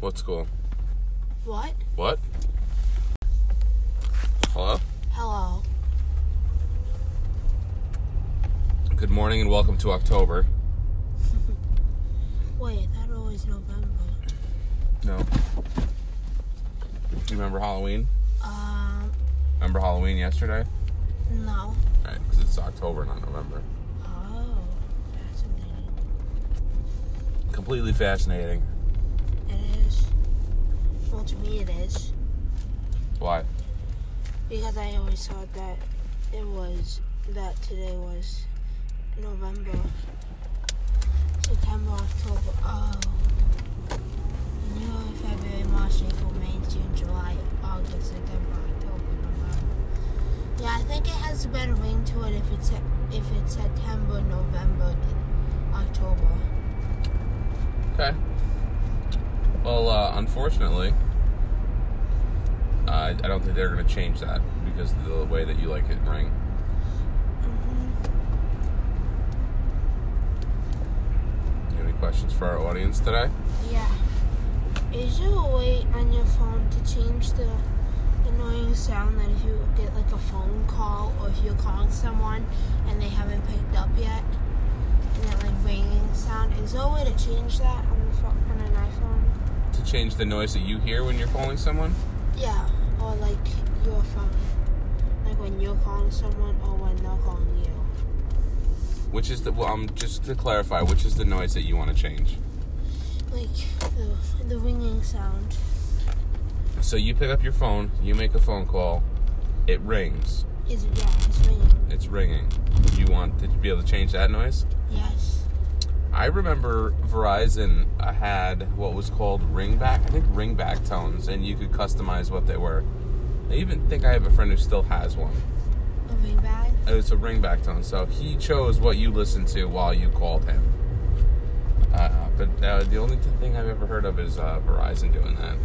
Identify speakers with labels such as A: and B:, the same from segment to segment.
A: What school?
B: What?
A: What? Hello?
B: Hello.
A: Good morning and welcome to October.
B: Wait, I thought it was November.
A: No. You remember Halloween?
B: Um,
A: Remember Halloween yesterday?
B: no.
A: Right, because it's October, not November.
B: Oh, fascinating.
A: Completely fascinating.
B: It is. Well, to me it is.
A: Why?
B: Because I always thought that it was, that today was November. September, October, oh. January, February, March, April, May, June, July, August, September, October, November. Yeah, I think it has a better ring to it if it's, Sep- if it's September, November, October.
A: Okay. Well, uh, unfortunately, I I don't think they're going to change that because of the way that you like it ring.
B: Mm-hmm.
A: You have any questions for our audience today?
B: Yeah. Is there a way on your phone to change the annoying sound that if you get like a phone call or if you're calling someone and they haven't picked up yet and that like ringing sound? Is there a way to change that on the phone on an iPhone?
A: To change the noise that you hear when you're calling someone?
B: Yeah, or like your phone, like when you're calling someone or when they're calling you.
A: Which is the, well, um, just to clarify, which is the noise that you want to change?
B: Like the the ringing sound.
A: So you pick up your phone, you make a phone call, it rings,
B: Is yeah, it's ringing.
A: it's ringing. You want to be able to change that noise?
B: Yes.
A: I remember Verizon uh, had what was called ringback. I think ringback tones, and you could customize what they were. I even think I have a friend who still has one.
B: A ring bag.
A: It was a ringback tone, so he chose what you listened to while you called him. Uh, but uh, the only th- thing I've ever heard of is uh, Verizon doing that.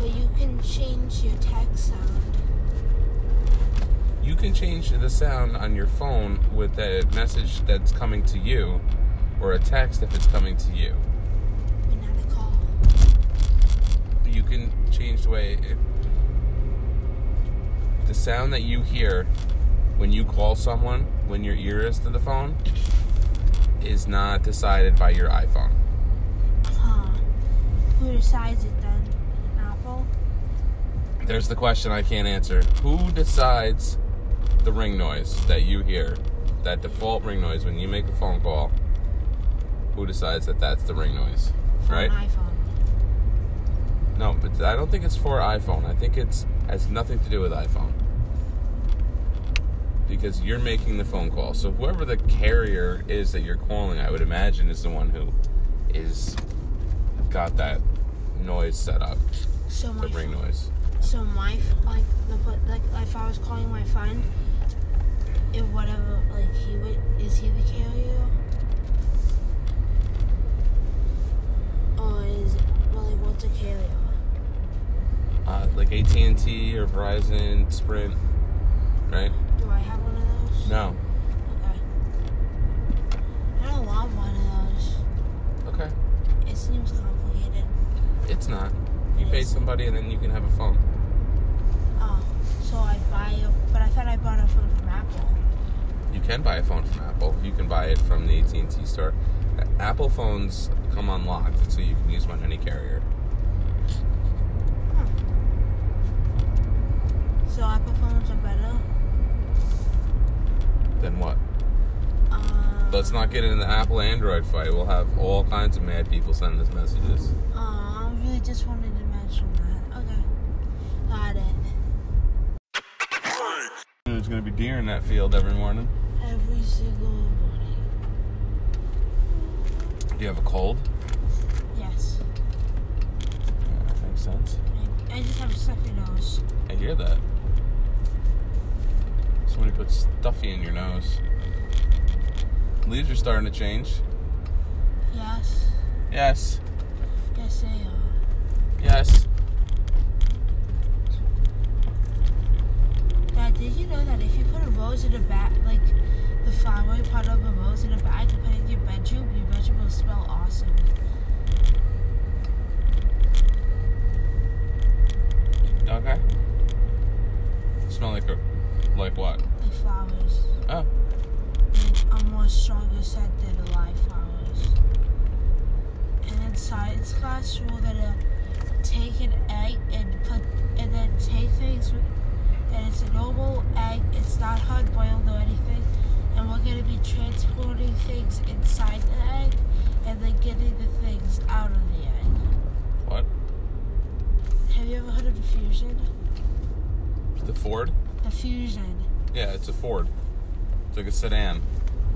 B: But you can change your text sound.
A: You can change the sound on your phone with a message that's coming to you, or a text if it's coming to you.
B: But not a call.
A: you can change the way it, the sound that you hear when you call someone when your ear is to the phone is not decided by your iPhone.
B: Huh. Who decides it then? Apple?
A: There's the question I can't answer. Who decides the ring noise that you hear? That default ring noise when you make a phone call. Who decides that that's the ring noise?
B: From
A: Right?
B: iPhone.
A: No, but I don't think it's for iPhone. I think it's has nothing to do with iPhone. Because you're making the phone call. So whoever the carrier is that you're calling, I would imagine is the one who is got that noise set up,
B: So my
A: the ring
B: phone-
A: noise.
B: So my f- like the pl- like if I was calling my friend, if whatever like he would is he the carrier? Or is well like what's a carrier?
A: Uh, like AT&T or Verizon, Sprint, right?
B: Do I have one of those?
A: No.
B: Okay. I don't want one of those.
A: Okay.
B: It seems complicated.
A: It's not. You pay somebody and then you can have a phone.
B: Oh, so I buy a, but I thought I bought a phone from Apple.
A: You can buy a phone from Apple. You can buy it from the AT&T store. A- Apple phones come unlocked, so you can use them on any carrier.
B: So Apple phones are better.
A: Then what?
B: Uh,
A: Let's not get into the Apple Android fight. We'll have all kinds of mad people sending us messages.
B: uh, I really just wanted to mention that. Okay, got it.
A: There's gonna be deer in that field every morning.
B: Every single morning.
A: Do you have a cold?
B: Yes,
A: that makes sense.
B: I, I just have a stuffy nose.
A: I hear that. Somebody put stuffy in your nose. Leaves are starting to change.
B: Yes,
A: Yes.
B: yes they are.
A: Yes.
B: Dad, did you know that if you put a rose in a bag, like the flowery part of a rose goes in a bag to put in your bedroom, your bedroom will smell awesome.
A: Okay. Smell like a, like what?
B: Like flowers.
A: Oh,
B: Like a more stronger scent than the live flowers. And in science class, we were gonna take an egg and put, and then take things that it's a normal egg, it's not hard boiled or anything, and we're gonna be transporting things inside the egg and then getting the things out of the egg.
A: what?
B: Have you ever heard of diffusion?
A: The Ford?
B: Diffusion.
A: Yeah, it's a Ford. It's like a sedan.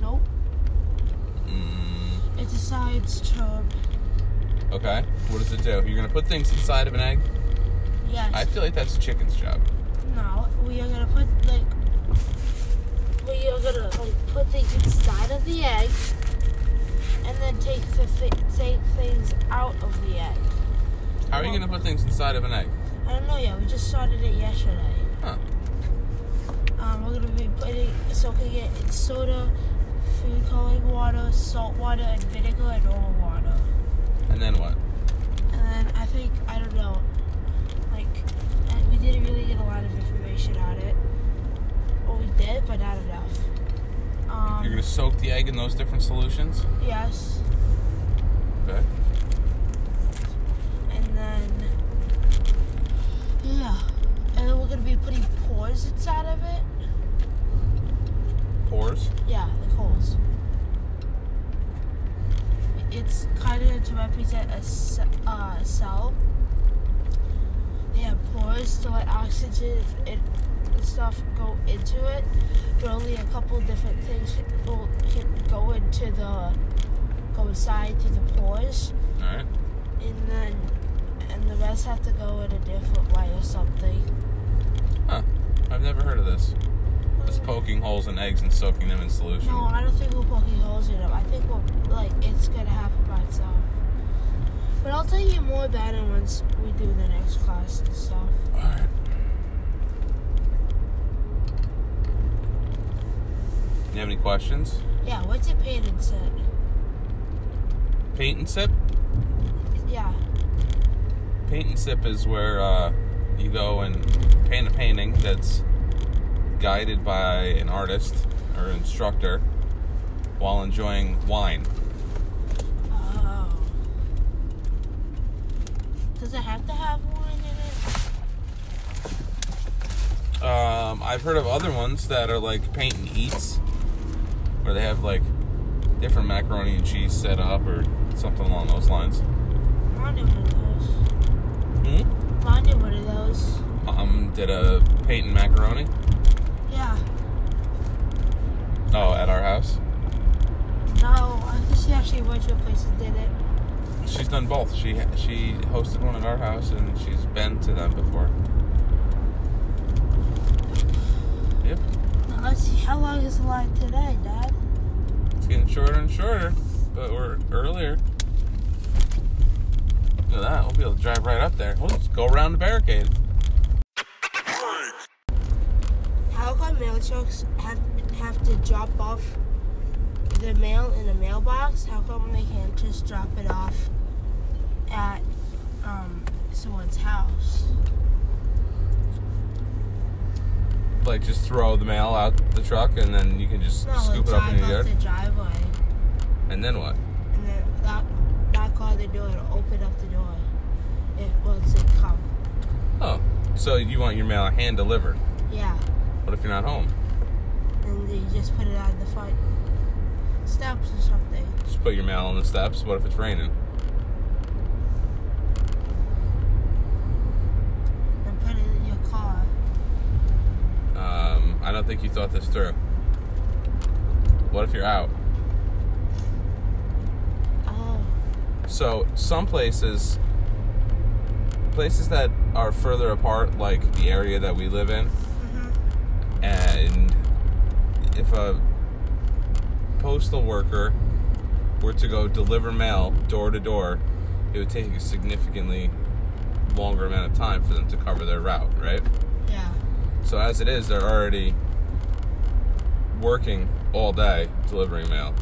B: Nope.
A: Mm,
B: It's a science term.
A: okay. What does it do? You're gonna put things inside of an egg?
B: Yes.
A: I feel like that's a chicken's job.
B: No, we are gonna put like we are gonna like put things inside of the egg, and then take the thi- take things out of the egg.
A: How are you gonna put things inside of an egg?
B: I don't know yet. We just started it yesterday.
A: Huh.
B: Um, we're gonna be putting soaking it in soda, food coloring water, salt water, and vinegar and normal water.
A: And then what?
B: And then I think I don't know, like and we didn't really get a lot of information on it. Well, we did, but not enough. Um,
A: You're gonna soak the egg in those different solutions?
B: Yes,
A: Okay.
B: and then yeah, and then we're gonna be putting pores inside of it.
A: Pores?
B: Yeah, like holes. It's kind of to represent a ce- uh, cell. They have pores to let oxygen and stuff go into it, but only a couple different things can go, can go into the go inside through the pores.
A: Alright.
B: and then and the rest have to go in a different way or something.
A: Huh. I've never heard of this. Just poking holes in eggs and soaking them in solution.
B: No, I don't think we're poking holes in them. I think we're like it's gonna happen by itself. But I'll tell you more about it once we do the next class and stuff.
A: Alright. You have any questions?
B: Yeah, what's your painted set?
A: Paint and sip?
B: Yeah,
A: Paint and sip is where uh, you go and paint a painting that's guided by an artist or instructor while enjoying wine.
B: Oh. Does it have to have wine in it?
A: Um, I've heard of other ones that are like paint and eats, where they have like different macaroni and cheese set up or something along those lines.
B: I need one of those.
A: Hmm?
B: I need one of those.
A: Um, did a paint and macaroni?
B: Yeah.
A: Oh, at our house.
B: No, I think she actually went to a place and did it.
A: She's done both. She she hosted one at our house, and she's been to them before. Yep,
B: Now, Let's see, how long is the line today, Dad?
A: it's getting shorter and shorter, but we're earlier. Look at that. We'll be able to drive right up there. We'll just go around the barricade.
B: How come mail trucks have have to drop off their mail in a mailbox? How come they can't just drop it off at um, someone's house?
A: Like just throw the mail out the truck, and then you can just
B: No,
A: scoop it up
B: like
A: in
B: drive
A: your
B: off
A: yard.
B: the driveway,
A: And then what?
B: and then knock, knock on the door and open up the door. It once they come.
A: Oh, so you want your mail hand delivered?
B: Yeah,
A: What if you're not home?
B: and they just put it on the front steps or something.
A: Just put your mail on the steps. What if it's raining?
B: and put it in your car.
A: Um, I don't think you thought this through. What if you're out?
B: Oh,
A: So some places, places that are further apart, like the area that we live in,
B: hmm
A: and if a postal worker were to go deliver mail door to door, it would take a significantly longer amount of time for them to cover their route, right?
B: yeah.
A: So as it is, they're already working all day delivering mail.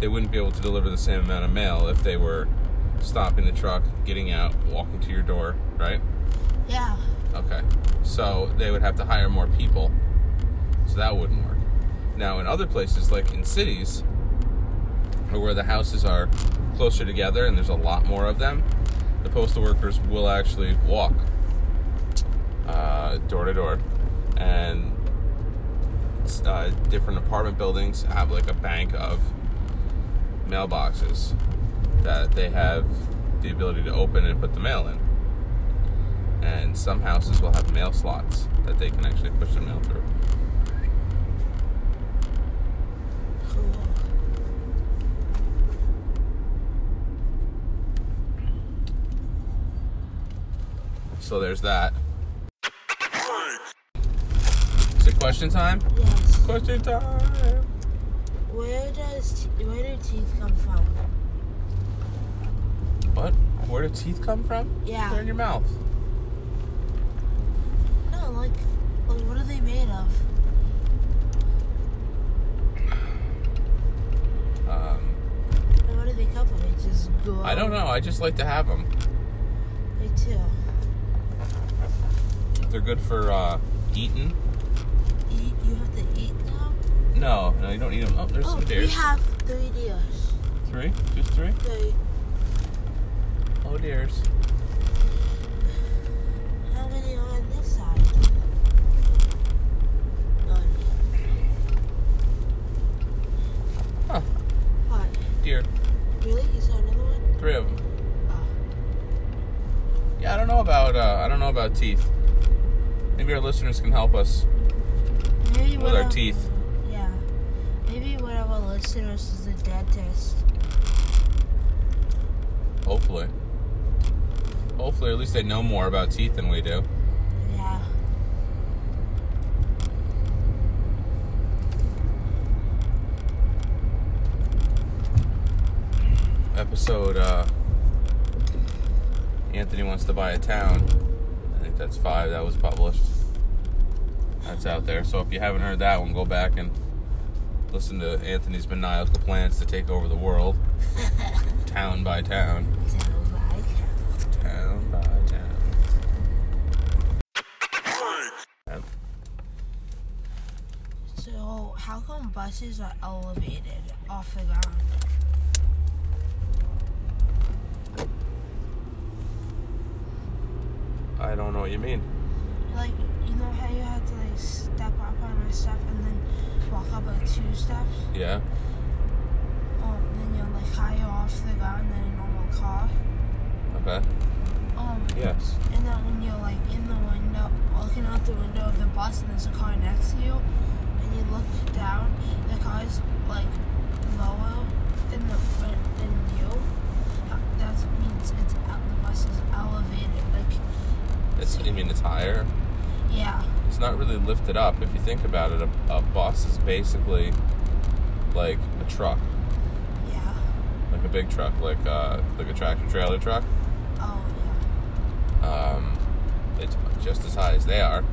A: They wouldn't be able to deliver the same amount of mail if they were stopping the truck, getting out, walking to your door, right?
B: Yeah.
A: Okay. So they would have to hire more people. So that wouldn't work. Now, in other places, like in cities, or where the houses are closer together and there's a lot more of them, the postal workers will actually walk uh, door to door. And uh, different apartment buildings have like a bank of mailboxes that they have the ability to open and put the mail in and some houses will have mail slots that they can actually push their mail through.
B: Cool.
A: So there's that. Is it question time?
B: Yes.
A: Question time!
B: Where does te- where do teeth come from?
A: What? Where do teeth come from?
B: Yeah.
A: They're in your mouth.
B: No, like, like what are they made of?
A: Um,
B: And what do they come from? They just go.
A: I don't know. I just like to have them.
B: Me too.
A: They're good for uh, eating.
B: Eat. You have to eat now.
A: No, no, you don't eat them. Oh, there's
B: Oh,
A: some
B: we
A: deer.
B: have three deers.
A: Three? Just three?
B: Three.
A: Oh, deers.
B: How many are on this side? None.
A: Huh.
B: What?
A: Deer.
B: Really? You saw another one?
A: Three of them.
B: Oh.
A: Yeah, I don't know about uh, I don't know about teeth. Maybe our listeners can help us
B: Maybe
A: with our teeth.
B: Yeah. Maybe one of our listeners is a dentist.
A: Hopefully. Hopefully, at least they know more about teeth than we do.
B: Yeah.
A: Episode uh, Anthony Wants to Buy a Town. I think that's five. That was published. That's out there. So if you haven't heard that one, go back and listen to Anthony's maniacal plans to take over the world, town by town.
B: Down by town.
A: Town by town. Yep.
B: So, how come buses are elevated off the ground?
A: I don't know what you mean.
B: Like, you know how you have to, like, step up on a step and then walk up, like, two steps?
A: Yeah.
B: Um, then you're, like, higher off the ground than a normal car.
A: Okay.
B: Um,
A: Yes.
B: And then when you're like in the window, looking out the window of the bus, and there's a car next to you, and you look down, the car's like lower than the front than you. That means it's out, the bus is elevated. Like,
A: It's, you mean it's higher?
B: yeah,
A: it's not really lifted up. If you think about it, a, a bus is basically like a truck,
B: yeah,
A: like a big truck, like uh, like a tractor trailer truck.
B: oh
A: Um, it's just as high as they are,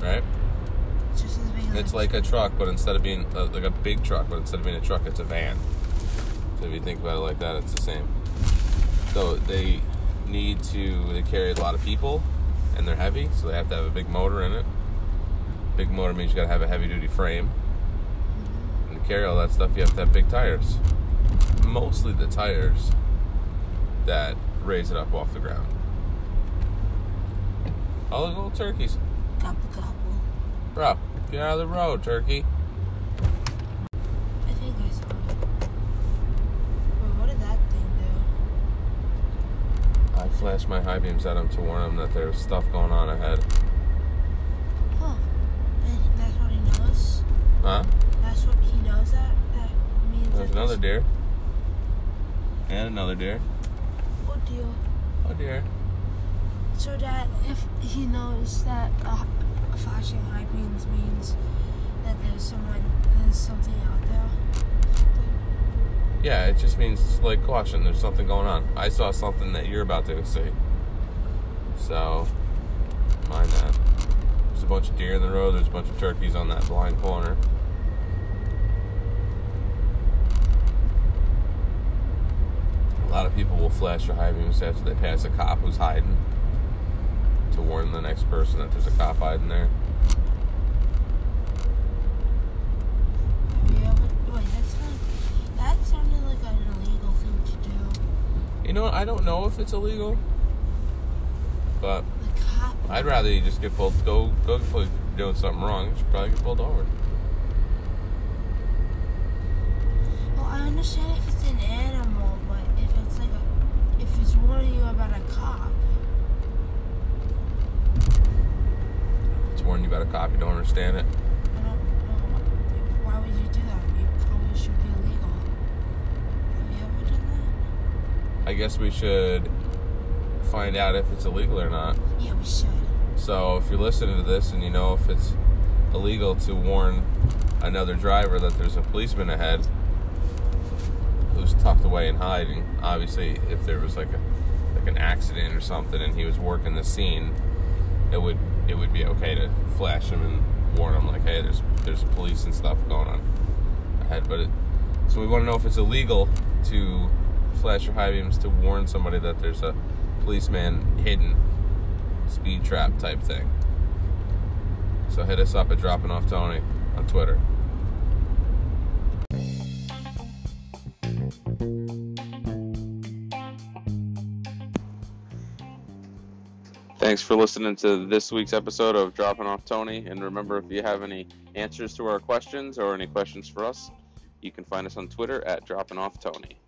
A: right?
B: yeah, it's just as big as
A: It's
B: a-
A: like a truck, but instead of being uh, like a big truck, but instead of being a truck, it's a van. So if you think about it like that, it's the same. So they need to they carry a lot of people, and they're heavy, so they have to have a big motor in it. Big motor means you got to have a heavy duty frame, and to carry all that stuff, you have to have big tires. Mostly the tires that raise it up off the ground. All the little turkeys.
B: couple couple.
A: Bro, get out of the road, turkey.
B: I think I saw it. Wait, what did that thing do?
A: I flashed my high beams at him to warn him that there's stuff going on ahead.
B: Huh? And that's what he knows.
A: Huh?
B: That's what he knows. That that means.
A: There's
B: that
A: another deer. And another deer.
B: Oh dear.
A: Oh dear.
B: So that if he knows that uh, flashing high beams means that there's someone, there's something out there.
A: Yeah, it just means like caution. There's something going on. I saw something that you're about to see. So, mind that. There's a bunch of deer in the road. There's a bunch of turkeys on that blind corner. people will flash their high beams after they pass a cop who's hiding to warn the next person that there's a cop hiding there.
B: Yeah, but wait, that's not. That sounded like an illegal thing to do.
A: You know, I don't know if it's illegal, but
B: The cop.
A: I'd rather you just get pulled. Go, go, if you're doing something wrong. You should probably get pulled over.
B: Well, I understand if it's an animal, but if it's like a, if it's warning you about a cop,
A: It's warning you about a cop. You don't understand it.
B: I don't know. Why would you do that? You probably should be illegal. Have you ever done
A: I guess we should find out if it's illegal or not.
B: that? Yeah, we should.
A: So if you're listening to this and you know if it's illegal to warn another driver that there's a policeman ahead who's tucked away and hiding, obviously if there was like a like an accident or something and he was working the scene, it would it would be okay to flash him and warn him like, hey, there's there's police and stuff going on ahead. But it, so we want to know if it's illegal to flash your high beams to warn somebody that there's a policeman hidden speed trap type thing. So hit us up at dropping off Tony on Twitter. Thanks for listening to this week's episode of Dropping Off Tony. And remember, if you have any answers to our questions or any questions for us, you can find us on Twitter at Dropping Off Tony.